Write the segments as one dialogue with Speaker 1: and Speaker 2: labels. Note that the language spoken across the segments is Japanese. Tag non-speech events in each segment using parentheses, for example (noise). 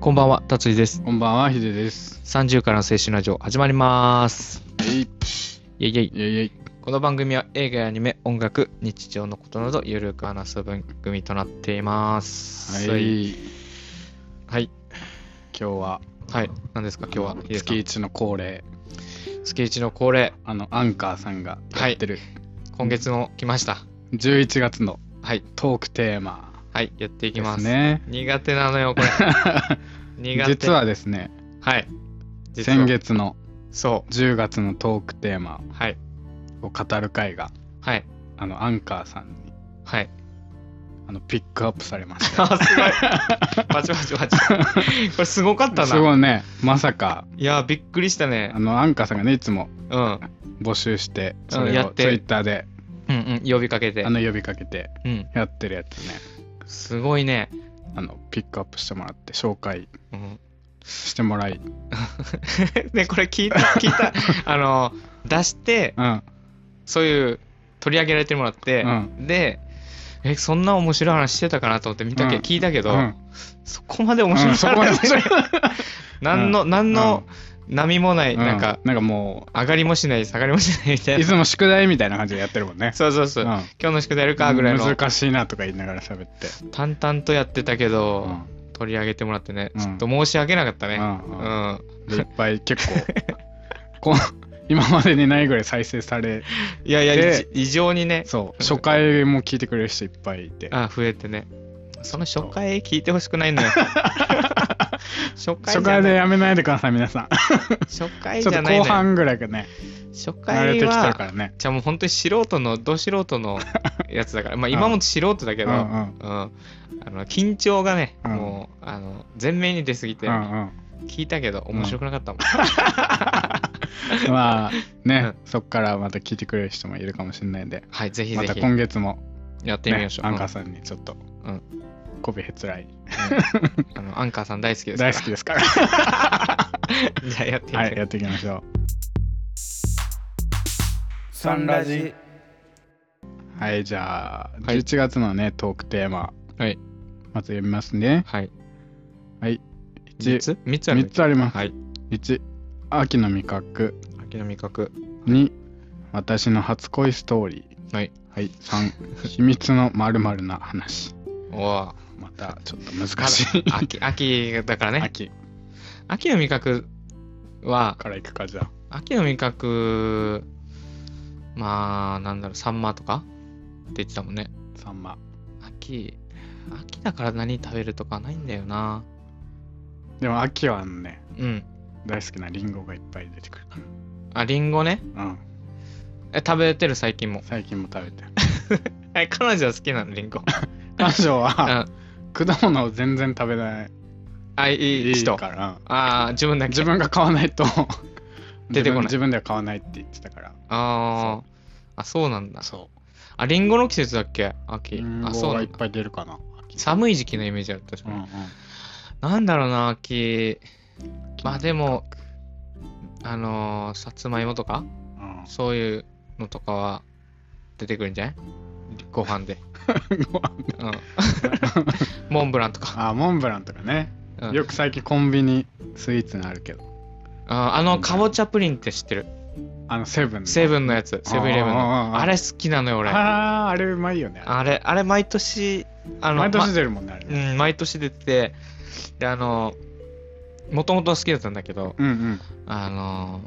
Speaker 1: こんばんは、達井です。
Speaker 2: こんばんは、ヒデです。
Speaker 1: 30からの青春ラジオ始まります。
Speaker 2: えい、
Speaker 1: イェイイェイ。
Speaker 2: えいえい。
Speaker 1: この番組は映画やアニメ、音楽、日常のことなどゆるく話す番組となっています。
Speaker 2: は。い。今
Speaker 1: はい。
Speaker 2: 日は、
Speaker 1: はい。何ですか、今日は。ヒデさん
Speaker 2: 月一の恒例、
Speaker 1: 月一の恒例、
Speaker 2: あの、アンカーさんが
Speaker 1: はい
Speaker 2: やってる、
Speaker 1: 今月も来ました。
Speaker 2: 11月の
Speaker 1: はい。
Speaker 2: トークテーマ
Speaker 1: はい。やっていき
Speaker 2: で
Speaker 1: ますす。
Speaker 2: ね。
Speaker 1: 苦手なのよ、こ
Speaker 2: (laughs)
Speaker 1: れ。苦手。
Speaker 2: 実。はですね、
Speaker 1: はい。実は
Speaker 2: 先。月の
Speaker 1: そ
Speaker 2: 10月のトークテーマ
Speaker 1: う。はい。
Speaker 2: を語る会が、
Speaker 1: はい。
Speaker 2: あの、アンカーさんに
Speaker 1: はい。
Speaker 2: あのピックアップされまし
Speaker 1: あ、すごい。
Speaker 2: (laughs)
Speaker 1: パチパチパチ。これすごかった
Speaker 2: た。す
Speaker 1: な。
Speaker 2: ごいね、まさか、
Speaker 1: いやー、びっくりしたね
Speaker 2: あ。の、アンカーさんがね、いつも
Speaker 1: うん。
Speaker 2: 募集して、
Speaker 1: ん
Speaker 2: それ
Speaker 1: や
Speaker 2: を
Speaker 1: っ
Speaker 2: ツ
Speaker 1: て
Speaker 2: イッターで、
Speaker 1: うんうん、呼びかけて
Speaker 2: あ。の、呼びかけて
Speaker 1: うん。
Speaker 2: やってるやつね。
Speaker 1: すごいね。
Speaker 2: あのピックアップしてもらって紹介
Speaker 1: うん、
Speaker 2: してもらい、
Speaker 1: で、これ聞い (laughs) た、聞いた。あの、出して、
Speaker 2: うん、
Speaker 1: そういう、取り上げられてもらって、
Speaker 2: うん
Speaker 1: で、え、そんな面白い話してたかなと思って見たけ、
Speaker 2: うん
Speaker 1: 聞いたけど、
Speaker 2: うん、
Speaker 1: そこまで面白い
Speaker 2: うんそこまで面白い
Speaker 1: (laughs) 何の、何の波もない、
Speaker 2: うん
Speaker 1: なんか、
Speaker 2: なんかも
Speaker 1: 上がりもしない、下がりもしないみた
Speaker 2: う
Speaker 1: い
Speaker 2: い
Speaker 1: な。
Speaker 2: つも宿題みたいな感じでやってるもんね。
Speaker 1: そうそうそう。
Speaker 2: うん
Speaker 1: 今日の宿題やるかぐらいの、
Speaker 2: 難しいなとか言いながら喋って、
Speaker 1: 淡々とやってたけど、
Speaker 2: うん
Speaker 1: 取り上げてもらってね、
Speaker 2: うん
Speaker 1: ちょっと申し訳なかったね。
Speaker 2: うんうん
Speaker 1: うん
Speaker 2: でいっぱい結構こう (laughs) 今までにないぐらい再生され
Speaker 1: いやいや、
Speaker 2: で
Speaker 1: 異異常にね、
Speaker 2: そう初回も聞いてくれる人いっぱいいて
Speaker 1: あ増えてね。その初回聞いてほしくない
Speaker 2: (laughs)
Speaker 1: のよ。初回じゃ
Speaker 2: 初
Speaker 1: な
Speaker 2: 回
Speaker 1: い
Speaker 2: でやめないでください皆さん
Speaker 1: 初回
Speaker 2: ちょっ
Speaker 1: じ
Speaker 2: と
Speaker 1: ゃないの
Speaker 2: 後
Speaker 1: よ。
Speaker 2: 半ぐらいがね
Speaker 1: 初
Speaker 2: 慣れ
Speaker 1: 回
Speaker 2: てきてる
Speaker 1: は
Speaker 2: か、らね
Speaker 1: じゃあもう本当に素人の、ど素人のやつだから、まあ今も素人だけ
Speaker 2: うん
Speaker 1: ど、
Speaker 2: う
Speaker 1: うん
Speaker 2: ん
Speaker 1: あの緊張がね、
Speaker 2: うん
Speaker 1: もうあの前面に出すぎ
Speaker 2: う
Speaker 1: て、
Speaker 2: んうん
Speaker 1: 聞いたけど面白くなかったもん。
Speaker 2: まあね、そっからまた聞いてくれる人もいるかもしれないんで
Speaker 1: はい、ぜひ
Speaker 2: ま
Speaker 1: ぜ
Speaker 2: た
Speaker 1: ひ
Speaker 2: 今月も
Speaker 1: やってみましょう。
Speaker 2: ねアンカー
Speaker 1: う
Speaker 2: さんにちょっと、
Speaker 1: うん
Speaker 2: こびへつらい
Speaker 1: んあのアンカーさん大好きですから。
Speaker 2: 大好きですから
Speaker 1: (laughs) じゃあやってみま
Speaker 2: は
Speaker 1: しょ
Speaker 2: いうやっていきましょ
Speaker 3: サンラジ
Speaker 2: うはいじゃあ
Speaker 1: はい
Speaker 2: 11月のね、トークテーマ
Speaker 1: はい
Speaker 2: まず読みますね
Speaker 1: はい。
Speaker 2: 1
Speaker 1: 3つ ?3 つあるん
Speaker 2: 3
Speaker 1: だっ
Speaker 2: つあり
Speaker 1: け
Speaker 2: ます、
Speaker 1: はい。
Speaker 2: 1秋の味覚
Speaker 1: 秋の味覚。
Speaker 2: 2私の初恋ストーリー
Speaker 1: はい、
Speaker 2: はい、3秘密のまるな話
Speaker 1: おお。
Speaker 2: またちょっと難しい
Speaker 1: 秋、秋だ (laughs) からね。
Speaker 2: 秋
Speaker 1: 秋の味覚は、
Speaker 2: からいくかじゃあ
Speaker 1: 秋の味覚、まあ、なんだろう、サンマとかって言ってたもんね。
Speaker 2: サンマ
Speaker 1: 秋、秋だから何食べるとかないんだよな。
Speaker 2: でも秋はね
Speaker 1: うん。
Speaker 2: 大好きなリンゴがいっぱい出てくる
Speaker 1: あ、リンゴね。
Speaker 2: うん
Speaker 1: え、食べてる最近も。
Speaker 2: 最近も食べて
Speaker 1: え、彼女は好きなの、リンゴ。
Speaker 2: (laughs) 彼女
Speaker 1: う
Speaker 2: は
Speaker 1: ん。
Speaker 2: 果物を全然食べない
Speaker 1: あ、いい人。
Speaker 2: から
Speaker 1: ああ、自分だけ。
Speaker 2: 自分が買わないと
Speaker 1: (laughs) 出てこない
Speaker 2: 自分自分では買わないって言ってたから
Speaker 1: ああ。あ、そうなんだ。
Speaker 2: そ
Speaker 1: あ、リンゴの季節だっけ
Speaker 2: う
Speaker 1: 秋。
Speaker 2: リン
Speaker 1: あ、
Speaker 2: ゴ
Speaker 1: そう
Speaker 2: が
Speaker 1: ない
Speaker 2: っ
Speaker 1: んだ。
Speaker 2: ぱい出るかな秋
Speaker 1: 寒い時期のイメージだったじゃ。
Speaker 2: うんんうん
Speaker 1: なんだろうな、秋。まあで
Speaker 2: も
Speaker 1: も、あのーさつまいもとか、そういうのとかは出てくるんじゃないご飯
Speaker 2: (laughs)
Speaker 1: で。うん。 (laughs) モンブランとか。
Speaker 2: あモンブランとかね
Speaker 1: うん、
Speaker 2: よく最近コンビニスイーツにあるけど
Speaker 1: ああの、かぼちゃプリンって知ってる。
Speaker 2: あのセブンの
Speaker 1: セブンのやつ、セブンイレブン
Speaker 2: あ
Speaker 1: の。
Speaker 2: ー
Speaker 1: あれ好きなのよ、俺。あ
Speaker 2: あああれうまいよね
Speaker 1: れ、あれ、毎年、あの、
Speaker 2: 毎年
Speaker 1: ま
Speaker 2: 出るもんねあれ
Speaker 1: うん、毎年出てて、で、あのもともと好きだったんだけど、
Speaker 2: うんうん
Speaker 1: あの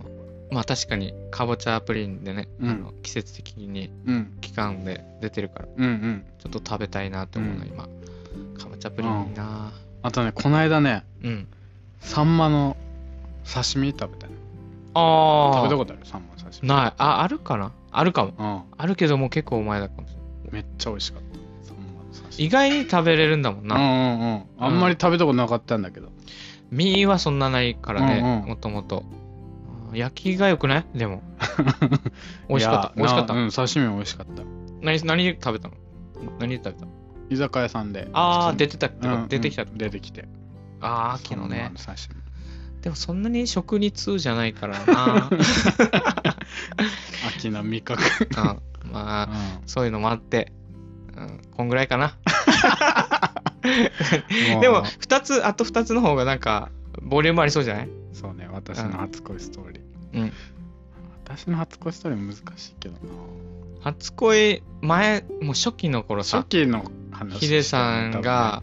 Speaker 1: まあ確かに、かぼちゃプリンでね、
Speaker 2: うん
Speaker 1: あの季節的に
Speaker 2: うん
Speaker 1: 期間で出てるから、
Speaker 2: うんうん
Speaker 1: ちょっと食べたいなって思うな、
Speaker 2: うん
Speaker 1: 今。かぼちゃプリンいいな
Speaker 2: あとねこの間ね
Speaker 1: うん。
Speaker 2: サンマの刺身食べたね食
Speaker 1: あ
Speaker 2: べた
Speaker 1: あ。
Speaker 2: ことあるサンマの刺身
Speaker 1: ない。あ、あるかなあるかも。
Speaker 2: うん
Speaker 1: あるけどもう結構前だかもしれない。
Speaker 2: めっちゃ美味しかったサンマの刺身
Speaker 1: 意外に食べれるんだもん
Speaker 2: う
Speaker 1: な。
Speaker 2: んうんうんあんまり食べたことなかったんだけど
Speaker 1: 身はそんなないからね、
Speaker 2: うんうん
Speaker 1: もともと。あー焼きが良くないで
Speaker 2: (laughs)
Speaker 1: も。美味しかった。
Speaker 2: い
Speaker 1: 美
Speaker 2: や
Speaker 1: 味しかっ
Speaker 2: な
Speaker 1: た。
Speaker 2: うん刺身美味しかった
Speaker 1: 何、何で食べたの何で食べたの
Speaker 2: 居酒屋さんで
Speaker 1: ああ、
Speaker 2: 普通
Speaker 1: 出
Speaker 2: に
Speaker 1: てたってこ
Speaker 2: うんう
Speaker 1: と
Speaker 2: ん
Speaker 1: 出てきたってこと
Speaker 2: 出てきて
Speaker 1: ああ、秋のね。
Speaker 2: その刺
Speaker 1: でもそんなに食に通じゃないから
Speaker 2: (laughs)
Speaker 1: な。
Speaker 2: 身秋の
Speaker 1: (laughs)
Speaker 2: 味覚
Speaker 1: うんまあ
Speaker 2: う、ん
Speaker 1: そういうのもあって、うん、こんぐらいかな。
Speaker 2: う
Speaker 1: でも、2つ、あと2つの方がなんか、ボリュームありそうじゃない
Speaker 2: そうね、私の初恋ストーリー。
Speaker 1: うん。
Speaker 2: 私の初恋ストーリー難しいけどな。
Speaker 1: 初恋、前、もう初期の頃さ
Speaker 2: 初、期の話。
Speaker 1: ヒデさんが、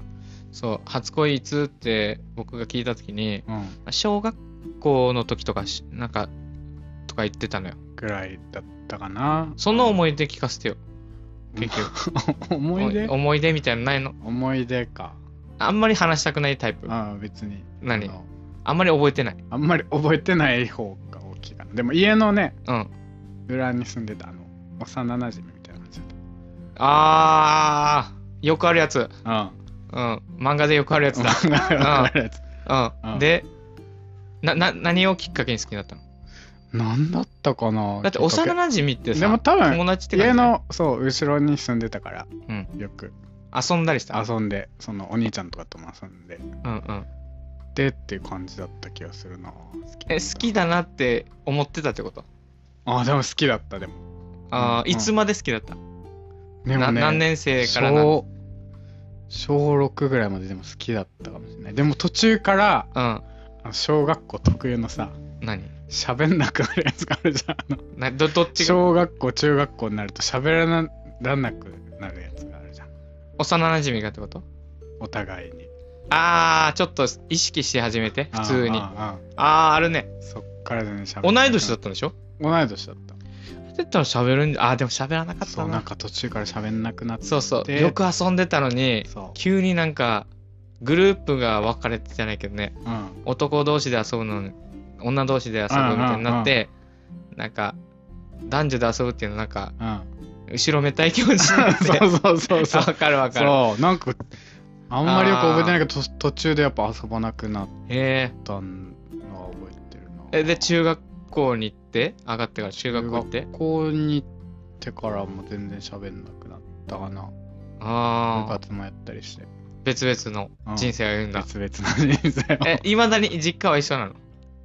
Speaker 1: そう、初恋いつって僕が聞いた時に、
Speaker 2: 多分ね、
Speaker 1: 小学校の時とかし、なんか、とか言ってたのよ。
Speaker 2: うん、ぐらいだったかな。
Speaker 1: その思い出聞かせてよ。結
Speaker 2: 局。 (laughs) 思い出
Speaker 1: お思い出みたいなのないの
Speaker 2: 思い出か。
Speaker 1: あんまり話したくないタイプ。あ
Speaker 2: ああ、別に。
Speaker 1: 何
Speaker 2: あの
Speaker 1: んまり覚えてない。
Speaker 2: あんまり覚えてない方が大きいかな。でも家のね、
Speaker 1: うん。
Speaker 2: 裏に住んでたあの、幼馴染みたいな感じだっ
Speaker 1: あー、よくあるやつ。
Speaker 2: た。
Speaker 1: う
Speaker 2: うん。
Speaker 1: ん。漫画でよくあるやつだ。
Speaker 2: わかるやつ
Speaker 1: うん。
Speaker 2: (laughs) うん
Speaker 1: で、な、な、何をきっかけに好きになったの
Speaker 2: 何だったかな
Speaker 1: だって幼
Speaker 2: きっか
Speaker 1: 馴染って
Speaker 2: け
Speaker 1: さ、
Speaker 2: でも多分
Speaker 1: 友達って感じ
Speaker 2: 家
Speaker 1: じゃない
Speaker 2: のそう後ろに住んでたから、
Speaker 1: うん
Speaker 2: よく
Speaker 1: 遊んだりした。
Speaker 2: 遊んでそのお兄ちゃんとかとも遊んで
Speaker 1: うんうん。
Speaker 2: でっていう感じだった気がするな好き
Speaker 1: え、好きだなって思ってたってこと
Speaker 2: あでも好きだったでも
Speaker 1: あー、
Speaker 2: うん
Speaker 1: いつまで好きだった、
Speaker 2: でも
Speaker 1: な
Speaker 2: ね
Speaker 1: 何年生からな
Speaker 2: 小小6ぐらいまででも好きだったかもしれないでも途中から
Speaker 1: うん。
Speaker 2: あの小学校特有のさ
Speaker 1: 何
Speaker 2: 喋んなくなるやつがあるじゃんあの
Speaker 1: などどっちが
Speaker 2: 小学校中学校になると喋らならなくなるやつがあるじゃん
Speaker 1: 幼馴染がってこと
Speaker 2: お互いに
Speaker 1: あー、ちょっと意識し始めて、普通に。
Speaker 2: あ
Speaker 1: あ
Speaker 2: あ
Speaker 1: あ
Speaker 2: あ
Speaker 1: ー、あるね。
Speaker 2: あそっから全然喋
Speaker 1: 同い年だ
Speaker 2: っ
Speaker 1: ったんでしょ
Speaker 2: た同い年だっ
Speaker 1: だったら喋るんあー、でも喋らなか
Speaker 2: た
Speaker 1: っ
Speaker 2: そ
Speaker 1: た
Speaker 2: うなん
Speaker 1: な。
Speaker 2: か途中から喋んなくなって
Speaker 1: そうそう。
Speaker 2: で
Speaker 1: よく遊んでたのに、
Speaker 2: そ
Speaker 1: 急になんかグループが分かれてじゃないけどね
Speaker 2: ううん
Speaker 1: 男同士で遊ぶのに女同士で遊ぶみたいになってなんか男女で遊ぶ (laughs) っていうのなんか
Speaker 2: うん
Speaker 1: 後ろめたい気持ちになって
Speaker 2: (laughs) そうそうそうそう
Speaker 1: 分かる分かる
Speaker 2: そうなんかあんまりよく覚えてないけどと途中でやっぱ遊ばなくなっ
Speaker 1: へ
Speaker 2: たのは覚えてるな
Speaker 1: ええで中学校に行って上がってから中学校行って
Speaker 2: 学校に行ってからも全然喋んなくなったかな部
Speaker 1: ああ
Speaker 2: 活もやったりして
Speaker 1: 別々の人生を歩んだ
Speaker 2: 別々の人生を
Speaker 1: えいまだに実家は一緒なの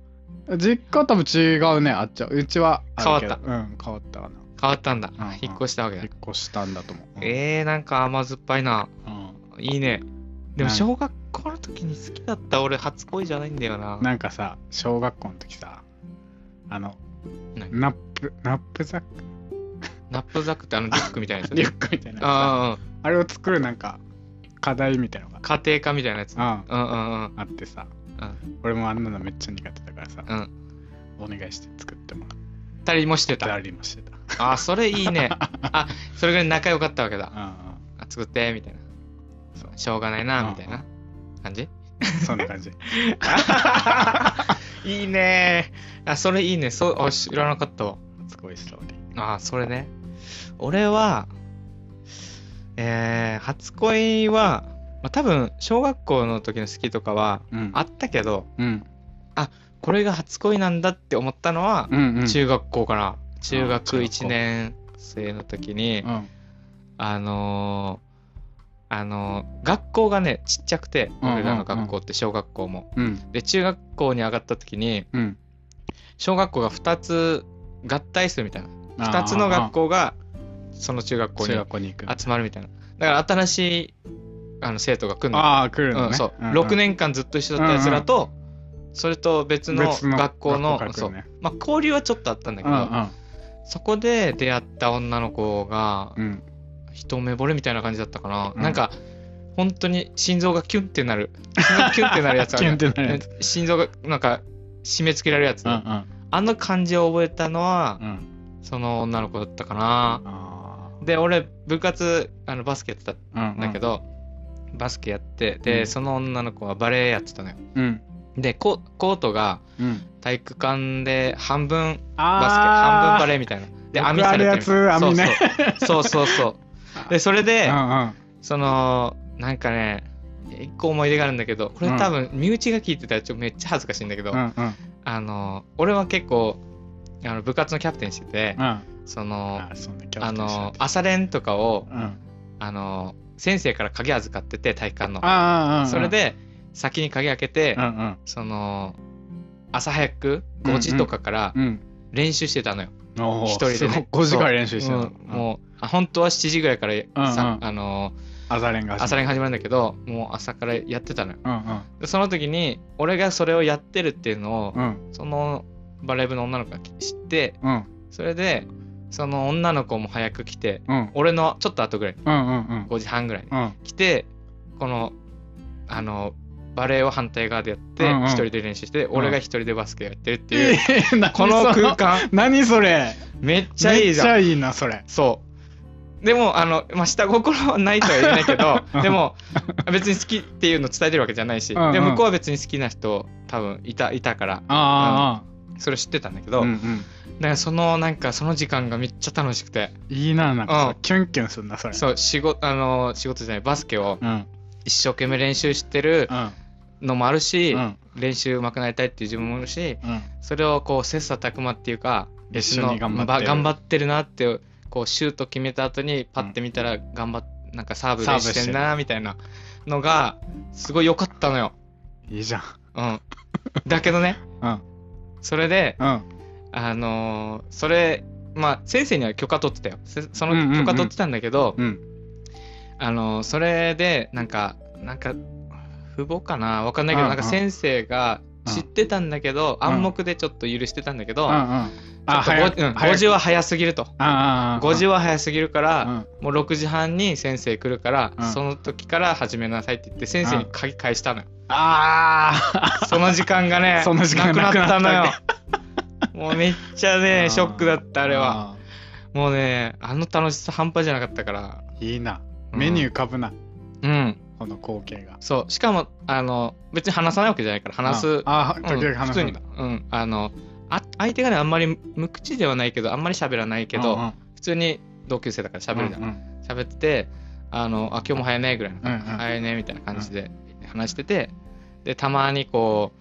Speaker 2: (laughs) 実家多分違うねあっちゃうちはあるけど
Speaker 1: 変
Speaker 2: うん変わったかな
Speaker 1: 変わったんだ
Speaker 2: うんうん
Speaker 1: 引っ越したわけだ
Speaker 2: 引っ越したんだと思ううん
Speaker 1: えー、なんか甘酸っぱいな
Speaker 2: うん
Speaker 1: いいねでも
Speaker 2: なん
Speaker 1: 小学校の時に好きだった俺初恋じゃないんだよな
Speaker 2: なんかさ小学校の時さあの
Speaker 1: 何
Speaker 2: ナップナップザック
Speaker 1: ナップザックってあのディックみたいな
Speaker 2: リ
Speaker 1: や
Speaker 2: ュ
Speaker 1: つ
Speaker 2: ックみたいなや
Speaker 1: ああ
Speaker 2: つさあれを作るなんか課題みたいなのが
Speaker 1: 家庭科みたいなやつうん
Speaker 2: あ
Speaker 1: うんうん
Speaker 2: あってさ
Speaker 1: うん
Speaker 2: 俺もあんなのめっちゃ苦手だからさ
Speaker 1: うん
Speaker 2: お願いして作ってもらっ
Speaker 1: 二人もして
Speaker 2: てあ
Speaker 1: た
Speaker 2: りもしてた
Speaker 1: ああそれいいねあそれぐらい仲良かったわけだ
Speaker 2: うん
Speaker 1: あ作ってみたいな
Speaker 2: そう
Speaker 1: しょうがないな
Speaker 2: うん
Speaker 1: みたいな感じ
Speaker 2: うんそんな
Speaker 1: (laughs)
Speaker 2: 感じ
Speaker 1: いいねあそれいいねそうあ知らなかったわ
Speaker 2: すごいストーリ
Speaker 1: ああそれね俺はえー、初恋は、まあ、多分小学校の時の好きとかは
Speaker 2: ーうん
Speaker 1: あったけど
Speaker 2: うん
Speaker 1: これが初恋なんだって思ったのは
Speaker 2: うんうん
Speaker 1: 中学校かな、中学
Speaker 2: 中学校
Speaker 1: 1年生の時に、
Speaker 2: うん
Speaker 1: あのーあのー学校がねちっちゃくて
Speaker 2: うんうん
Speaker 1: 俺らの学校って小学校も、
Speaker 2: うん
Speaker 1: で中学校に上がった時に
Speaker 2: うん
Speaker 1: 小学校が2つ合体するみたいな2つの学
Speaker 2: 校
Speaker 1: 校がその中学校に
Speaker 2: 中学校に行く
Speaker 1: 集まるみたいなだから新しいあの生徒が来るの
Speaker 2: ああ来るの
Speaker 1: うん、
Speaker 2: ね
Speaker 1: そう、
Speaker 2: んん
Speaker 1: 6年間ずっと一緒だったやつらと、それと別の
Speaker 2: 別の
Speaker 1: 学校の
Speaker 2: 学
Speaker 1: そ
Speaker 2: 校
Speaker 1: う
Speaker 2: から来るね
Speaker 1: まあ、交流はちょっとあったんだけ
Speaker 2: う
Speaker 1: ど、
Speaker 2: ん
Speaker 1: そこで出会った女の子が
Speaker 2: うんうん
Speaker 1: 一目惚れみたいな感じだったかな、
Speaker 2: うん
Speaker 1: なんか本当に心臓がキュンってなる心臓がキュンってなるやつあ
Speaker 2: (laughs) キュン
Speaker 1: る
Speaker 2: ってなるやつ
Speaker 1: 心臓がなんか締め付けられるやつ、
Speaker 2: うん
Speaker 1: あの感じを覚えたのは
Speaker 2: うんうん
Speaker 1: その女の子だったかな
Speaker 2: あ
Speaker 1: で俺部活あのバスケやってた
Speaker 2: あ
Speaker 1: んだけど、バスケやってで、
Speaker 2: うん
Speaker 1: その女の子はバレエやってたのよ
Speaker 2: うん
Speaker 1: でココートが
Speaker 2: うん
Speaker 1: 体育館で半分バスケ半
Speaker 2: あ
Speaker 1: 分バ
Speaker 2: ー
Speaker 1: レーみたいなで
Speaker 2: よく
Speaker 1: 網されてるみたいな
Speaker 2: あるやつ網ね
Speaker 1: そうそうそうそう
Speaker 2: (laughs)
Speaker 1: そうでそれで、
Speaker 2: うんうん
Speaker 1: そのなんかね一個思い出があるんだけどこれ多分身内が聞いてたらちょっとめっちゃ恥ずかしいんだけど、
Speaker 2: うんうん
Speaker 1: あの俺は結構あの部活のキャプテンしてて
Speaker 2: うんあ
Speaker 1: その
Speaker 2: ーそうねキャ
Speaker 1: あ
Speaker 2: プテンし
Speaker 1: の
Speaker 2: てて
Speaker 1: 朝練とかを
Speaker 2: うん
Speaker 1: あの先生から鍵預かってて体育館の
Speaker 2: あーうんうん
Speaker 1: それで先に鍵開けて、
Speaker 2: うんうん
Speaker 1: その朝早く5時とかから
Speaker 2: うん
Speaker 1: 練習してたのよ、
Speaker 2: おー
Speaker 1: 一人でね
Speaker 2: すごい5時間練習してた
Speaker 1: うんもうあ本当は7時ぐらいからさ、
Speaker 2: うんうん
Speaker 1: あのー
Speaker 2: 朝練が始まる
Speaker 1: 朝練が始まるんだけどもう朝からやってたのよ
Speaker 2: うん
Speaker 1: でその時に俺がそれをやってるっていうのを、
Speaker 2: うんうん
Speaker 1: そのバレー部の女の子が知って
Speaker 2: うん
Speaker 1: それでその女の子も早く来て
Speaker 2: うん
Speaker 1: 俺のちょっと後ぐらい
Speaker 2: うんうんうん
Speaker 1: 5時半ぐらいに
Speaker 2: うん
Speaker 1: 来てこのあのバレーを反対側でやって一、
Speaker 2: うんうん
Speaker 1: 人で練習して俺が一人でバスケやってるっていう、
Speaker 2: えー何
Speaker 1: この
Speaker 2: そ
Speaker 1: 空間
Speaker 2: 何それ
Speaker 1: めっちゃいいじ
Speaker 2: めっ
Speaker 1: ゃん
Speaker 2: ちゃいいなそれ
Speaker 1: そうでもあの、まあ、下心はないとは言えないけど
Speaker 2: う
Speaker 1: (laughs)
Speaker 2: ん
Speaker 1: でも別に好きっていうの伝えてるわけじゃないし、
Speaker 2: うんうん
Speaker 1: で向こうは別に好きな人多分いたいたから
Speaker 2: あ
Speaker 1: それ知ってたんだけ
Speaker 2: ああ
Speaker 1: ど、
Speaker 2: あうんうん
Speaker 1: だからそのなんかその時間がめっちゃ楽しくて、
Speaker 2: いいななん
Speaker 1: う
Speaker 2: か
Speaker 1: ん
Speaker 2: さキュンキュンするなそれ
Speaker 1: そう仕事あの仕事じゃないバスケを
Speaker 2: うんうん
Speaker 1: 一生懸命練習してる
Speaker 2: うん
Speaker 1: のもあるし、
Speaker 2: うん
Speaker 1: 練習上手くなりたいっていう自分もいるし
Speaker 2: うん
Speaker 1: それをこう切磋琢磨っていうか
Speaker 2: 一緒に頑張ってる
Speaker 1: ば頑張ってるなってこうシュート決めた後にパッて見たら頑張っなんかサーブ
Speaker 2: サー
Speaker 1: 練
Speaker 2: ブして
Speaker 1: 習
Speaker 2: る
Speaker 1: してんなみたいなのがすごい良かったのよ。
Speaker 2: いいじゃん
Speaker 1: うん、だけどね
Speaker 2: うん
Speaker 1: それで
Speaker 2: うん
Speaker 1: あのーそれまあ先生には許可取ってたよせそ
Speaker 2: うんうんう
Speaker 1: の
Speaker 2: ん
Speaker 1: 許可取ってたんだけど、
Speaker 2: うん
Speaker 1: あのーそれでなんかなんか父母かなわかんないけど、
Speaker 2: うんうん
Speaker 1: なんか先生が知ってたんだけど、
Speaker 2: うん
Speaker 1: 暗黙でちょっと許してたんだけど、
Speaker 2: うんうんあ
Speaker 1: あ
Speaker 2: 早く
Speaker 1: 5
Speaker 2: 早く
Speaker 1: 時は早すぎると
Speaker 2: ああ
Speaker 1: 5時は早すぎるから、
Speaker 2: うん
Speaker 1: もう6時半に先生来るから、
Speaker 2: うん
Speaker 1: その時から始めなさいって言って先生に鍵返したのよ、
Speaker 2: あ
Speaker 1: その時間がね
Speaker 2: (laughs) その時間
Speaker 1: な
Speaker 2: がな
Speaker 1: く
Speaker 2: く
Speaker 1: なっ
Speaker 2: なったた
Speaker 1: のよもうめっちゃ
Speaker 2: あ
Speaker 1: ね
Speaker 2: ー
Speaker 1: ショックだったあれは
Speaker 2: あ
Speaker 1: もうねあの楽しさ半端じゃなかったから、
Speaker 2: ーいいな目に浮かぶな
Speaker 1: うん、うん、
Speaker 2: この光景が
Speaker 1: そうしかもあの別に話さないわけじゃないから話す、
Speaker 2: うんあ
Speaker 1: う
Speaker 2: ー
Speaker 1: ん
Speaker 2: 時々話すんだ
Speaker 1: 普通にうんあのあ相手がねあんまり無口ではないけどあんまり喋らないけど、
Speaker 2: うんうん
Speaker 1: 普通に同級生だから喋るじゃん
Speaker 2: うん
Speaker 1: 喋っててあのあ今日も早いねぐらいの感じ、
Speaker 2: うんうん
Speaker 1: 早いねみたいな感じで話してて、でたまにこ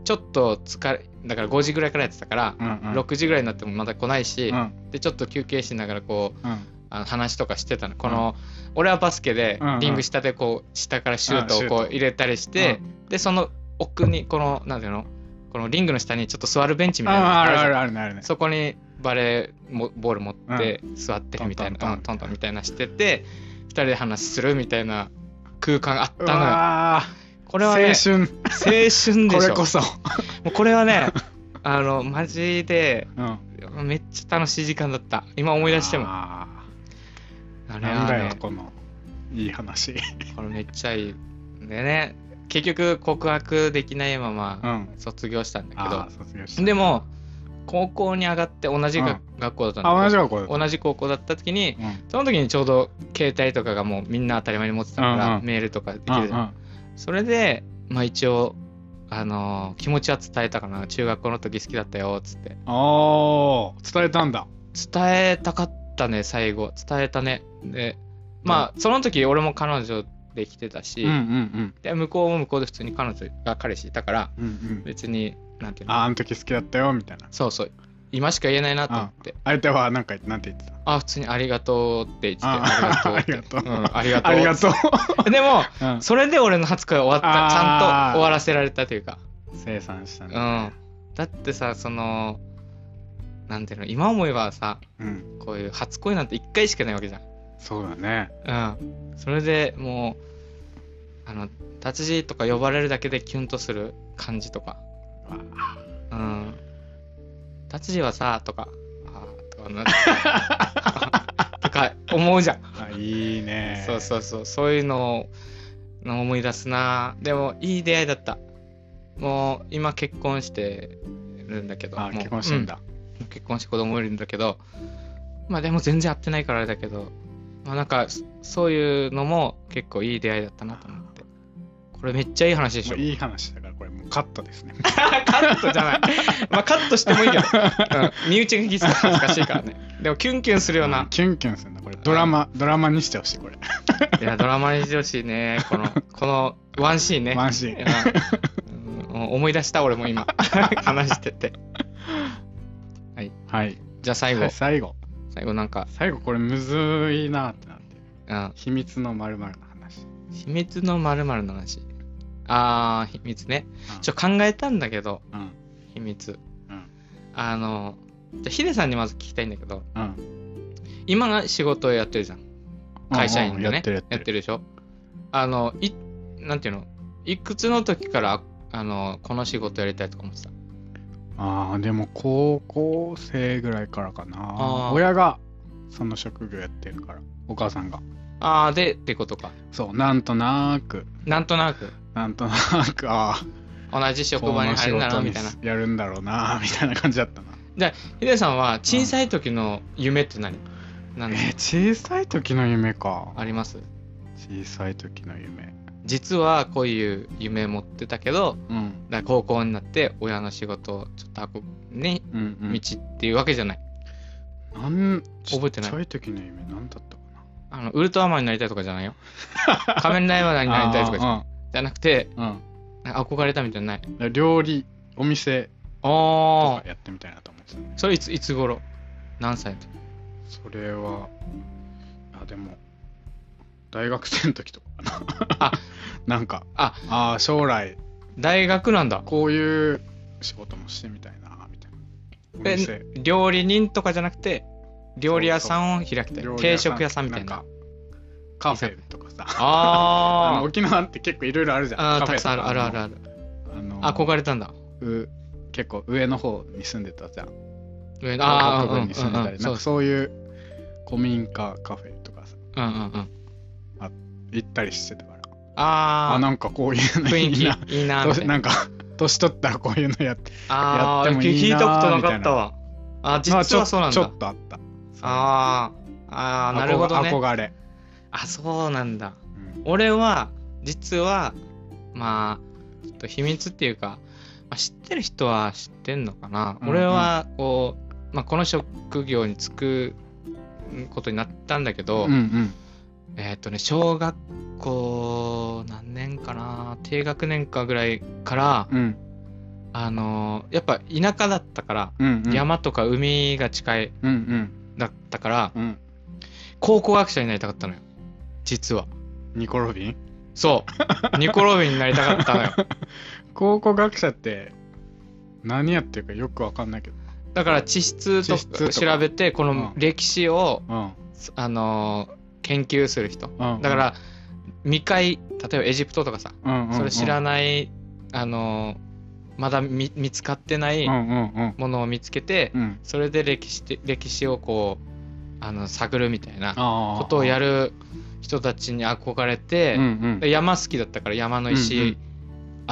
Speaker 1: うちょっと疲れだから5時ぐらいからやってたから、
Speaker 2: うんうん
Speaker 1: 6時ぐらいになってもまだ来ないし、
Speaker 2: うん
Speaker 1: でちょっと休憩しながらこう
Speaker 2: うん
Speaker 1: あの話とかしてたのこの、俺はバスケで
Speaker 2: うんうん
Speaker 1: リング下でこう下からシュートをこ
Speaker 2: うんシュ
Speaker 1: う入れたりして、でその奥にこのなんていうのこのリングの下にちょっと座るベンチみたいなの
Speaker 2: あ
Speaker 1: が
Speaker 2: あ
Speaker 1: る
Speaker 2: る
Speaker 1: じゃん
Speaker 2: あるあるねあるね
Speaker 1: そこにバレーもボール持って座ってみたいな、
Speaker 2: トントントン
Speaker 1: うんトントンみたいなしてて2人で話するみたいな空間があっ
Speaker 2: う
Speaker 1: たのよ
Speaker 2: わ
Speaker 1: こ
Speaker 2: こ
Speaker 1: れはね青春
Speaker 2: 青春こ
Speaker 1: でし
Speaker 2: れ
Speaker 1: ょ
Speaker 2: こそ
Speaker 1: もうこれはねあのマジで
Speaker 2: うん
Speaker 1: めっちゃ楽しい時間だった今思い出してもあ
Speaker 2: あ
Speaker 1: れ
Speaker 2: ーなん
Speaker 1: は
Speaker 2: だよ
Speaker 1: ね
Speaker 2: このいい話
Speaker 1: これめっちゃいいでね結局告白できないま
Speaker 2: う
Speaker 1: ま
Speaker 2: ん
Speaker 1: 卒業したんだけど
Speaker 2: あ、ー卒業した
Speaker 1: でも高校に上がって同じ学,、学校だったんだけど
Speaker 2: あ同じ学校だ
Speaker 1: 同じ高校だった時に
Speaker 2: うん
Speaker 1: その時にちょうど携帯とかがもうみんな当たり前に持ってたから、
Speaker 2: うんうん
Speaker 1: メールとかできる
Speaker 2: うん
Speaker 1: じゃんそれで、まあ、一応、あのー気持ちは伝えたかな中学校の時好きだったよっつって
Speaker 2: うんおー伝えたんだ
Speaker 1: 伝えたかったね最後伝えたねでまあその時俺も彼女できてたし、
Speaker 2: うんうん
Speaker 1: で向こうも向こうで普通に彼女が彼氏いたから
Speaker 2: うんうんうん
Speaker 1: 別になんていうの
Speaker 2: あーあの時好きだったよみたいな
Speaker 1: そうそう今しか言えないなと思って
Speaker 2: 相手はなんかなんて言ってた
Speaker 1: あ普通にありがとうって言って
Speaker 2: あ
Speaker 1: ありがとうってうんありがとう
Speaker 2: ありがとう
Speaker 1: でも
Speaker 2: うん
Speaker 1: それで俺の初恋終わった
Speaker 2: あー
Speaker 1: ちゃんと終わらせられたというか、
Speaker 2: (laughs) 生産した
Speaker 1: うん、
Speaker 2: ね
Speaker 1: だってさそのなんていうの今思えばさ
Speaker 2: うん
Speaker 1: こういう初恋なんて1回しかないわけじ
Speaker 2: そうだね
Speaker 1: ゃん、うん、それでもうあの達人とか呼ばれるだけでキュンとする感じとか
Speaker 2: わ
Speaker 1: うん達人はさとかあーとかな
Speaker 2: (laughs)
Speaker 1: とか思うじゃん
Speaker 2: あいいね
Speaker 1: そうそうそうそういうのをの思い出すなでもいい出会いだったもう今結婚してるんだけど
Speaker 2: あ
Speaker 1: もう
Speaker 2: 結婚してんだ、
Speaker 1: うん結婚して子供いるんだけどまあでも全然会ってないからあれだけどまあなんかそそういうのも結構いい出会いだったなと思ってこれめっちゃいい話でし
Speaker 2: も
Speaker 1: ょ
Speaker 2: ういい話だからこれもうカットですね
Speaker 1: カットじゃない (laughs) まあカットしてもいいけど、うん身内がギスが恥ずかしいからねでもキュンキュンするような
Speaker 2: キュンキュンするなこれドラマドラマにしてほしいこれ
Speaker 1: いやドラマにしてほしいねこのこのワンシーンね
Speaker 2: ワンシ
Speaker 1: い
Speaker 2: ーン
Speaker 1: やうん思い出した俺も (laughs) 今話してて
Speaker 2: はい
Speaker 1: じゃあ最後
Speaker 2: はい最後
Speaker 1: 最後なんか、
Speaker 2: 最後これむずいなってなって
Speaker 1: うん、
Speaker 2: 秘密のまるの話
Speaker 1: 秘密のまるの話あー秘密ね
Speaker 2: うん
Speaker 1: ちょ考えたんだけど
Speaker 2: うん
Speaker 1: 秘密、
Speaker 2: うん
Speaker 1: あのじゃあヒデさんにまず聞きたいんだけど
Speaker 2: うん
Speaker 1: 今が仕事をやってるじゃん会社員でね、
Speaker 2: うんうんやってるやってる
Speaker 1: でしょあのいなんていうのいくつの時からあのこの仕事やりたいとか思ってた
Speaker 2: ああでも高校生ぐらいからか
Speaker 1: あ
Speaker 2: な
Speaker 1: ー
Speaker 2: 親がその職業やってるからお母さんが
Speaker 1: ああでってことか
Speaker 2: そうなんとなーく
Speaker 1: なんとなく
Speaker 2: なんとなーくあ
Speaker 1: 同じ
Speaker 2: あ
Speaker 1: 職場に入るんだな
Speaker 2: この仕事に
Speaker 1: みたいな
Speaker 2: やるんだろうなー (laughs) みたいな感じだったな
Speaker 1: ヒデさんは小さい時の夢って何何
Speaker 2: えー小さい時の夢か
Speaker 1: あります
Speaker 2: 小さい時の夢
Speaker 1: 実はこういう夢持ってたけど
Speaker 2: うん
Speaker 1: だから高校になって親の仕事をちょっとあこね
Speaker 2: うん
Speaker 1: 道
Speaker 2: うん
Speaker 1: っていうわけじゃない
Speaker 2: なん
Speaker 1: 覚えてない
Speaker 2: ちっちゃい時の夢なんだったか
Speaker 1: あのウルトラマンになりたいとかじゃないよ (laughs) 仮面ライダー
Speaker 2: な
Speaker 1: になりたいとかじゃ
Speaker 2: あ
Speaker 1: じゃなくて
Speaker 2: ーうん
Speaker 1: なんか憧れたみたいなのない
Speaker 2: うん料理お店と
Speaker 1: あ
Speaker 2: かやってみたいなと思ってたね
Speaker 1: あそれいついつ頃何歳の時
Speaker 2: それは、あ、でも、大学生の時とかかな。
Speaker 1: あ
Speaker 2: (laughs) なんか、
Speaker 1: あ
Speaker 2: あー将来、
Speaker 1: 大学なんだ
Speaker 2: こういう仕事もしてみたいな、みたいな。お
Speaker 1: え
Speaker 2: 店、
Speaker 1: 料理人とかじゃなくて料理屋さんを開きたい
Speaker 2: 料理
Speaker 1: 定食屋さんみたいな
Speaker 2: なんかカフェとかさ。あの
Speaker 1: あー
Speaker 2: 沖縄って結構いろいろあるじゃん。
Speaker 1: あー
Speaker 2: カフ
Speaker 1: た
Speaker 2: ェ
Speaker 1: く
Speaker 2: と
Speaker 1: さんある
Speaker 2: か
Speaker 1: あるあるある
Speaker 2: あの
Speaker 1: 憧れたんだ
Speaker 2: う結構上の方に住んでたじゃん。
Speaker 1: 上ああ
Speaker 2: 東北部に住んでたり、
Speaker 1: そ
Speaker 2: なん
Speaker 1: う
Speaker 2: かそういう古民家カフェとかさ、
Speaker 1: うんうんうん
Speaker 2: 行ったりしてたから。あ
Speaker 1: ああ
Speaker 2: なんかこういうの
Speaker 1: 雰
Speaker 2: いいな
Speaker 1: 囲気いいなみた
Speaker 2: 年
Speaker 1: い
Speaker 2: (laughs) な
Speaker 1: なん
Speaker 2: か年取ったらこういうのやって
Speaker 1: ああ
Speaker 2: やってもい
Speaker 1: 聞
Speaker 2: い
Speaker 1: い
Speaker 2: な
Speaker 1: た
Speaker 2: ー
Speaker 1: ことなかったわあ
Speaker 2: まあ
Speaker 1: 実
Speaker 2: ちょ
Speaker 1: はそうなん
Speaker 2: ちょ
Speaker 1: だ
Speaker 2: っとあった
Speaker 1: あーあーなるほどね
Speaker 2: 憧れ、
Speaker 1: あそうなんだ
Speaker 2: うん
Speaker 1: 俺は実はまあちょっと秘密っていうか、まあ、知ってる人は知ってんのかな、
Speaker 2: うんうん
Speaker 1: 俺はこう、まあ、この職業に就くんことになったんだけど、
Speaker 2: うんうん
Speaker 1: えーっ、とね小学校何年かな低学年かぐらいから、
Speaker 2: うん
Speaker 1: あのーやっぱ田舎だったから、
Speaker 2: うんうん
Speaker 1: 山とか海が近い
Speaker 2: うんうん
Speaker 1: だったから
Speaker 2: うん
Speaker 1: 考古学者になりたかったのよ実は
Speaker 2: ニコロビン (laughs)
Speaker 1: そうニコロビンになりたかったのよ
Speaker 2: 考古学者って何やってるかよくわかんないけど
Speaker 1: だから地質と
Speaker 2: 地質と
Speaker 1: か
Speaker 2: か
Speaker 1: 調べてこの
Speaker 2: うん
Speaker 1: 歴史を、
Speaker 2: うん
Speaker 1: あのー研究する人
Speaker 2: うん
Speaker 1: だから未開例えばエジプトとかさ
Speaker 2: うんうんうん
Speaker 1: それ知らない、あのーまだ見見つかってない
Speaker 2: うんうんうん
Speaker 1: ものを見つけて、
Speaker 2: うん
Speaker 1: それで歴史って歴史をこうあの探るみたいな
Speaker 2: あ
Speaker 1: ことをや
Speaker 2: る
Speaker 1: る人たちに憧れて
Speaker 2: うん、うん
Speaker 1: で山好きだったから山の
Speaker 2: うんう
Speaker 1: 石
Speaker 2: ん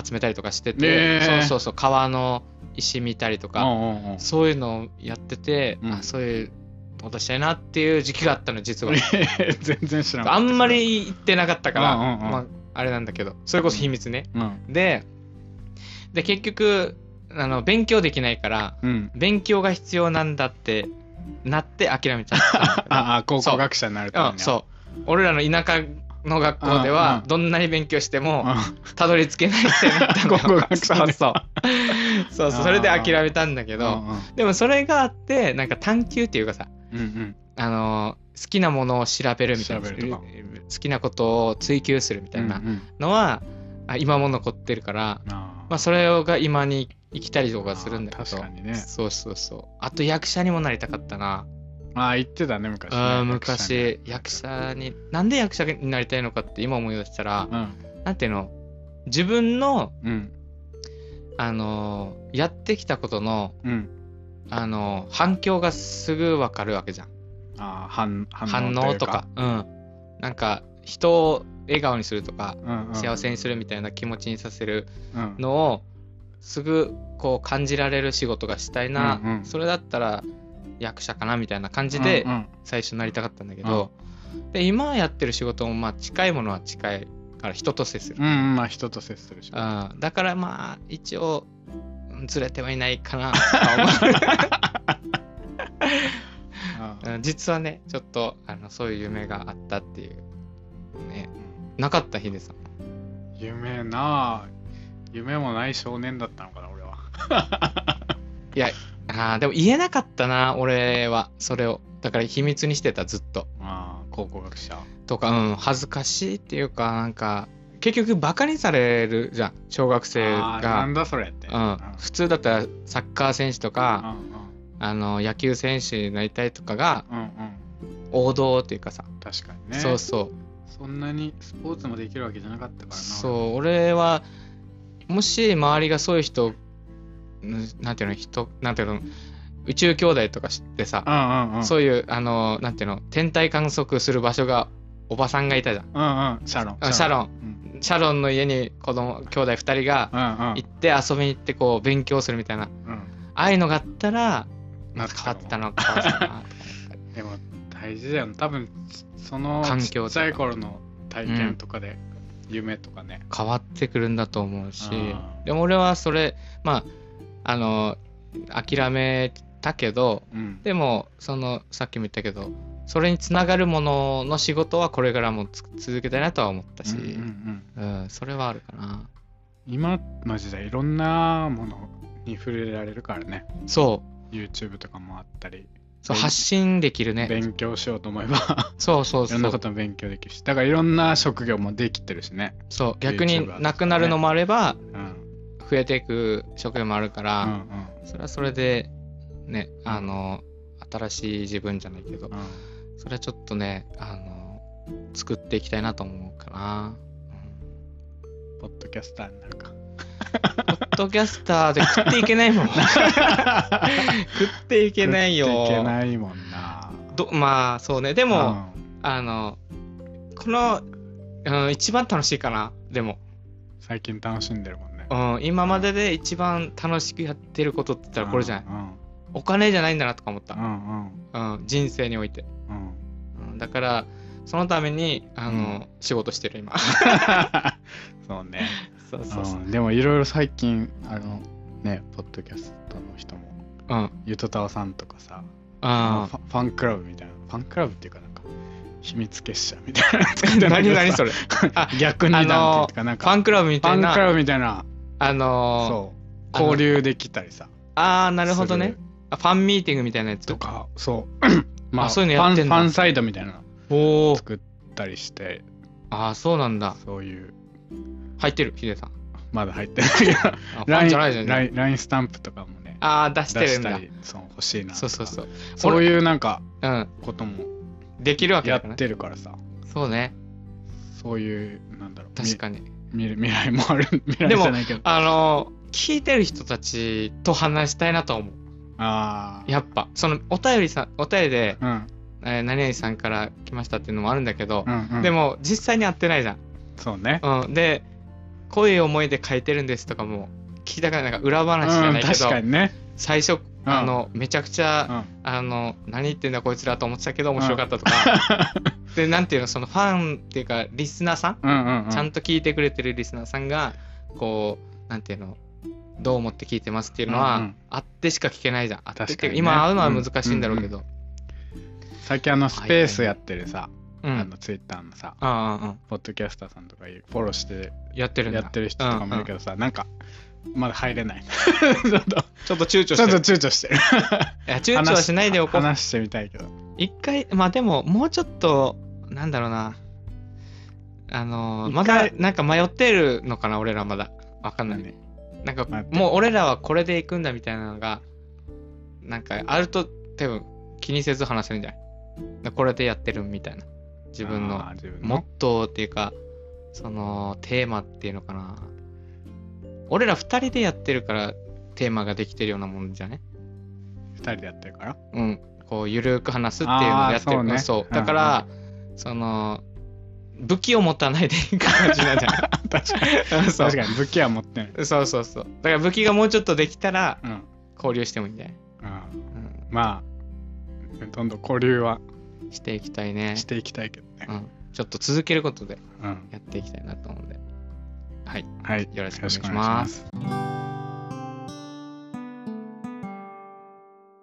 Speaker 1: 集めたりとかして
Speaker 2: ね
Speaker 1: て、
Speaker 2: え
Speaker 1: そうそうそう川の石見たりとか、
Speaker 2: うんうん (laughs) うん
Speaker 1: そういうのをやってて、
Speaker 2: うん
Speaker 1: あそういうことしたいなっていう時期があったの実は
Speaker 2: 全然知らん
Speaker 1: あんまり行ってなかったから、
Speaker 2: うんうんうん
Speaker 1: まあ、あれなんだけどそれこそ秘密ね、
Speaker 2: うん
Speaker 1: でで結局あの勉強できないから
Speaker 2: うん
Speaker 1: 勉強が必要なんだってなって諦めちゃ
Speaker 2: (laughs)
Speaker 1: った
Speaker 2: ああ考古学者になるために
Speaker 1: うん、そう俺らの田舎の学校で
Speaker 2: うん
Speaker 1: は
Speaker 2: うん
Speaker 1: どんなに勉強しても (laughs)
Speaker 2: うん
Speaker 1: たどり着けないってなったの
Speaker 2: 考古学者
Speaker 1: そう
Speaker 2: ね
Speaker 1: そうそうそうそれで諦めたんだ
Speaker 2: (laughs)
Speaker 1: けど、
Speaker 2: うんうん
Speaker 1: でもそれがあってなんか探求っていうかさ
Speaker 2: うんうん
Speaker 1: あのー好きなものを調べるみたいな
Speaker 2: 調べるとか
Speaker 1: 好きなことを追求するみたいな
Speaker 2: うんうん
Speaker 1: のは、あ今も残ってるから、
Speaker 2: あ
Speaker 1: まあ、それが今に生きたりとかするんだけど
Speaker 2: あー確かにね
Speaker 1: そうそうそうあと役者にもなりたかったな
Speaker 2: ああ言ってたね昔ね
Speaker 1: あー昔役者になんで役者になりたいのかって今思い出したら、
Speaker 2: うん
Speaker 1: なんていうの自分の、
Speaker 2: うん
Speaker 1: あのーやってきたことの、
Speaker 2: うん
Speaker 1: あのー反響がすぐ分かるわけじゃん
Speaker 2: ああ反
Speaker 1: 反
Speaker 2: いう
Speaker 1: 応とかうん、なんか人を笑顔にするとか
Speaker 2: うんうん
Speaker 1: 幸せにするみたいな気持ちにさせる
Speaker 2: うん
Speaker 1: のをすぐこう感じられる仕事がしたいな、
Speaker 2: うんうん
Speaker 1: それだったら役者かなみたいな感じで
Speaker 2: うんうん
Speaker 1: 最初なりたかったんだけど、で今やってる仕事もまあ近いものは近いから人と接する、
Speaker 2: うんうんまあ人と接するし
Speaker 1: うん、だからまあ一応うんずれてはいないかなと
Speaker 2: (laughs)
Speaker 1: は
Speaker 2: あ
Speaker 1: 思ううん実はねちょっとあのそういう夢があったっていうね
Speaker 2: うん
Speaker 1: なかったヒデさん
Speaker 2: 夢なあ夢もない少年だったのかな俺はい (laughs)
Speaker 1: や、あーでも言えなかったな、俺は、それを。だから秘密にしてた、ずっと。
Speaker 2: ああ考古学者
Speaker 1: とか、うん、恥ずかしいっていうか、なんか、結局、バカにされるじゃん、小学生
Speaker 2: ああな
Speaker 1: が
Speaker 2: ん。だそれって
Speaker 1: うん、普通だったらサッカー選手とか、
Speaker 2: うんうん
Speaker 1: あの野球選手になりたいとかが
Speaker 2: うんうん
Speaker 1: 王道っていうかさ、
Speaker 2: 確かにね
Speaker 1: そうそう
Speaker 2: そんなにスポーツもできるわけじゃなかったからな
Speaker 1: そう俺はもし周りがそういう人うんなんていうの人なんていうの宇宙兄弟とか知ってさ
Speaker 2: うんうんうん
Speaker 1: そういうあのなんていうの天体観測する場所がおばさんがいたじゃん
Speaker 2: うんうんシャロン
Speaker 1: あシャロン
Speaker 2: うん
Speaker 1: シャロンの家に子供兄弟2人が
Speaker 2: うん
Speaker 1: 行って遊びに行ってこう勉強するみたいな
Speaker 2: うんうん
Speaker 1: ああいうのがあったらなん
Speaker 2: な
Speaker 1: んか変わ
Speaker 2: か変わっ
Speaker 1: ったたのかもしれないなとか
Speaker 2: でも大事だよね多分その
Speaker 1: 環
Speaker 2: ち
Speaker 1: 境
Speaker 2: っちゃい頃の体験とかで夢とかね
Speaker 1: 変わってくるんだと思うし
Speaker 2: あー
Speaker 1: でも俺はそれまああの諦めたけど
Speaker 2: うん
Speaker 1: でもそのさっきも言ったけどそれにつながるものの仕事はこれからもつ続けたいなとは思ったし、う
Speaker 2: う
Speaker 1: ん
Speaker 2: うんうんん
Speaker 1: それはあるかな
Speaker 2: 今の時代いろんなものに触れられるからね
Speaker 1: そう
Speaker 2: YouTube とかもあったり
Speaker 1: そう
Speaker 2: 勉
Speaker 1: 発信できるね
Speaker 2: 勉強しようと思えば
Speaker 1: そうそう
Speaker 2: い
Speaker 1: そ
Speaker 2: ろんなこ
Speaker 1: う
Speaker 2: とも勉強できるしだからいろんな職業もできてるしね
Speaker 1: そう逆
Speaker 2: YouTuber
Speaker 1: に
Speaker 2: とかね
Speaker 1: なくなるのもあれば
Speaker 2: うんうん
Speaker 1: 増えていく職業もあるか
Speaker 2: う
Speaker 1: ら、
Speaker 2: ん
Speaker 1: それはそれでねあの新しい自分じゃないけど
Speaker 2: うん
Speaker 1: それはちょっとねあの作っていきたいなと思うかな、
Speaker 2: ポッドキャスターになるか
Speaker 1: うん、ポッドキャスターで食っていけないもん (laughs) 食っていけないよ
Speaker 2: いけないもんな
Speaker 1: どまあそうねでも、あのこの、うん、一番楽しいかなでも、
Speaker 2: うん最近楽しんでるもんね
Speaker 1: うん、今までで一番楽しくやってることって言ったらこれじゃない
Speaker 2: うん
Speaker 1: お金じゃないんだなとか思っ
Speaker 2: う
Speaker 1: た、
Speaker 2: んうん
Speaker 1: うん、人生において、
Speaker 2: うんうん
Speaker 1: うん、だからそのためにあの、仕事してる今
Speaker 2: そうね
Speaker 1: (laughs) そうそうそう
Speaker 2: うんでもいろいろ最近あのねポッドキャストの人も
Speaker 1: うん、うん、
Speaker 2: ゆとたわさんとかさ
Speaker 1: 何
Speaker 2: ファファンクラブみたいなファンクラブっていうかなんか秘密結社みたいなの作ってんだけどさ
Speaker 1: (laughs) 何それあ
Speaker 2: 逆になんていうかなん
Speaker 1: ファ
Speaker 2: か
Speaker 1: ンクラブみ
Speaker 2: フ
Speaker 1: た
Speaker 2: ァ
Speaker 1: い
Speaker 2: ンクラ
Speaker 1: な
Speaker 2: ブみたいな
Speaker 1: あの
Speaker 2: そう
Speaker 1: あの
Speaker 2: 交流できたりさ
Speaker 1: ああなるほどねあファンミーティングみたいなやつ
Speaker 2: とかそうまあ
Speaker 1: あそういうのやってんだ
Speaker 2: ファンファンサイドみたいなの
Speaker 1: おお
Speaker 2: 作ったりして
Speaker 1: ああそうなんだ
Speaker 2: そういう
Speaker 1: 入ってるヒデさん
Speaker 2: まだ入ってないけど
Speaker 1: あファンじゃないじゃ
Speaker 2: LINE
Speaker 1: ん
Speaker 2: LINE LINE スタンプとかもね
Speaker 1: ああ出して
Speaker 2: 出
Speaker 1: る
Speaker 2: し
Speaker 1: ん
Speaker 2: た
Speaker 1: だ
Speaker 2: りそう欲しいなとか
Speaker 1: そうそうそう
Speaker 2: そういうなんか
Speaker 1: うん
Speaker 2: ことも
Speaker 1: できるわけ
Speaker 2: や
Speaker 1: だからね
Speaker 2: ってるからさ
Speaker 1: そうね
Speaker 2: そういうなんだろう
Speaker 1: 確かに
Speaker 2: み未来もある (laughs) 未来
Speaker 1: でも
Speaker 2: じゃないけど
Speaker 1: あの聞いてる人たちと話したいなと思う
Speaker 2: ああ
Speaker 1: やっぱそのお便りさんお便りで、
Speaker 2: うん
Speaker 1: えー何々さんから来ましたっていうのもあるんだけど
Speaker 2: う、んうん
Speaker 1: でも実際に会ってないじゃん
Speaker 2: そうね
Speaker 1: うん、でこういう思いで書いてるんですとかも聞きたくないなんか裏話じゃな
Speaker 2: う
Speaker 1: んいけ
Speaker 2: 確
Speaker 1: ど、
Speaker 2: かにね
Speaker 1: 最初あのめちゃくちゃ、
Speaker 2: うん
Speaker 1: あの何言ってんだこいつらと思ってたけど面白かったと
Speaker 2: (laughs)
Speaker 1: か、でなんていうのそのファンっていうかリスナーさん、
Speaker 2: うんうんうん
Speaker 1: ちゃんと聞いてくれてるリスナーさんがこうなんていうのどう思って聞いてますっていうのは、
Speaker 2: うんうん
Speaker 1: あってしか聞けないじゃんあってっていう
Speaker 2: 確かにね
Speaker 1: 今会うのは難しいんだろうけど、
Speaker 2: 最近あのスペースやってるさ
Speaker 1: うん
Speaker 2: あのツイッターのさ
Speaker 1: ああ、うん
Speaker 2: ポッドキャスターさんとかいうフォローして
Speaker 1: やってるんだ
Speaker 2: やってる人とかもいるけ
Speaker 1: ど、
Speaker 2: どさなんかまだ入れ
Speaker 1: (laughs)
Speaker 2: ないちょっと
Speaker 1: うんちょっと躊躇
Speaker 2: ちょ
Speaker 1: し
Speaker 2: ってと
Speaker 1: る
Speaker 2: 躊躇してる
Speaker 1: いや躊躇はしないでおこう
Speaker 2: 話してみたいけど
Speaker 1: 一回まあでももうちょっとなんだろうなあのーま
Speaker 2: 一回
Speaker 1: だなんか迷ってるのかな俺らまだわかんないねなんか
Speaker 2: 迷ってる
Speaker 1: もう俺らはこれで行くんだみたいなのがなんかあると多分気にせず話せるんじゃないこれでやってるみたいな自分の
Speaker 2: あー自分
Speaker 1: モッ
Speaker 2: の
Speaker 1: トーっていうかそのテーマっていうのかな俺ら二人でやってるからテーマができてるようなもんじゃね
Speaker 2: 2人でやってるから
Speaker 1: うん、こうゆるく話すっていうのをやって
Speaker 2: あーそう
Speaker 1: る
Speaker 2: ね
Speaker 1: ね、そうだから、その武器を持たないでいい感じなんじゃない
Speaker 2: (laughs) 確かに
Speaker 1: そう
Speaker 2: 確かに武器は持ってな
Speaker 1: (laughs)
Speaker 2: い
Speaker 1: そうそうそうだから武器がもうちょっとできたら
Speaker 2: うん、うん、
Speaker 1: 交流してもいいんじゃない、
Speaker 2: まあどんどん交流は
Speaker 1: うん、していきたいね
Speaker 2: していきたいけどね
Speaker 1: うん、ちょっと続けることで
Speaker 2: うん
Speaker 1: やっていきたいなと思うんではい
Speaker 2: はい
Speaker 1: よろしくお願いします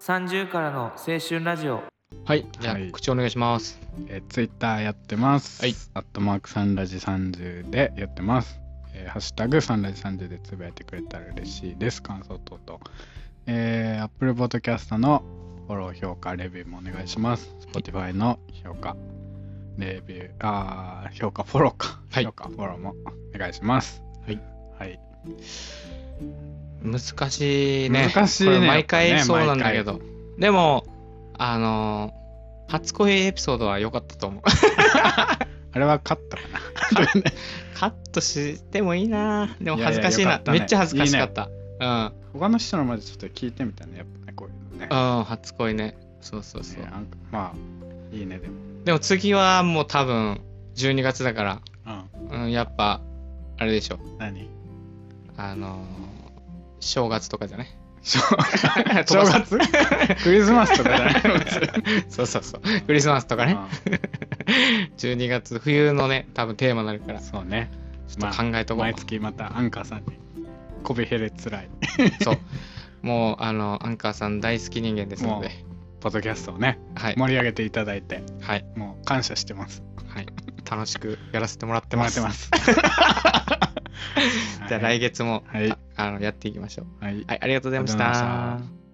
Speaker 3: 30からの青春ラジオ
Speaker 1: はいじゃあ、
Speaker 2: はい
Speaker 1: 口お願いします
Speaker 2: えー、ツイッターやってます。
Speaker 1: はい。
Speaker 2: アットマークサンラジ30でやってます。えーハッシュタグサンラジ30でつぶやいてくれたら嬉しいです。感想等々。えー、Apple Podcast のフォロー、評価、レビューもお願いします。Spotify の評価、レビュー、あー評価、フォローか。
Speaker 1: はい
Speaker 2: 評価、フォローもお願いします。
Speaker 1: はい。
Speaker 2: はい。
Speaker 1: 難しいね
Speaker 2: 難しいね
Speaker 1: これ毎
Speaker 2: やっぱ
Speaker 1: 回
Speaker 2: ね
Speaker 1: そうなんだけど、でもあのー初恋エピソードは良かったと思う。 (laughs)
Speaker 2: あれは勝ったかな。
Speaker 1: カットしてもいいなでも
Speaker 2: いやい
Speaker 1: 恥ず
Speaker 2: や
Speaker 1: かしい
Speaker 2: よ
Speaker 1: な
Speaker 2: かったね
Speaker 1: めっちゃ恥ずかしかった
Speaker 2: (laughs) 他の人のまでちょっと聞いてみたね、やっぱね、こういうのね。
Speaker 1: うん、うん、初恋ねそうそうそう、
Speaker 2: ねなんかまあ、いいね、でも。
Speaker 1: でも次はもう多分12月だから、
Speaker 2: う
Speaker 1: うん、やっぱあれでしょ
Speaker 2: ん。何
Speaker 1: あのー正月とか
Speaker 2: (laughs)
Speaker 1: じゃない
Speaker 2: 正
Speaker 1: 正
Speaker 2: 正
Speaker 1: (laughs)
Speaker 2: 月クリスマスとかじゃないの
Speaker 1: そうそうそうクリスマスとかね12月冬のね多分テーマになるか
Speaker 2: う
Speaker 1: ら
Speaker 2: ん
Speaker 1: ち
Speaker 2: そうね。
Speaker 1: ょっと考えとこう、
Speaker 2: 毎月またアンカーさんに、こびへれつらい、
Speaker 1: そうもうあのアンカーさん大好き人間ですので
Speaker 2: ポッドキャストをね、
Speaker 1: はい
Speaker 2: 盛り上げていただいて、
Speaker 1: はい
Speaker 2: もう感謝してます。
Speaker 1: はい楽しくやらせてもらって
Speaker 2: も
Speaker 1: ま
Speaker 2: らっ
Speaker 1: す
Speaker 2: て
Speaker 1: (laughs)
Speaker 2: ます。
Speaker 1: じゃあ来月も、
Speaker 2: はい
Speaker 1: ああのやっていきましょう。
Speaker 2: はい。
Speaker 1: はい、ありがとうございまし
Speaker 2: ありがとうござい
Speaker 1: た
Speaker 2: まし。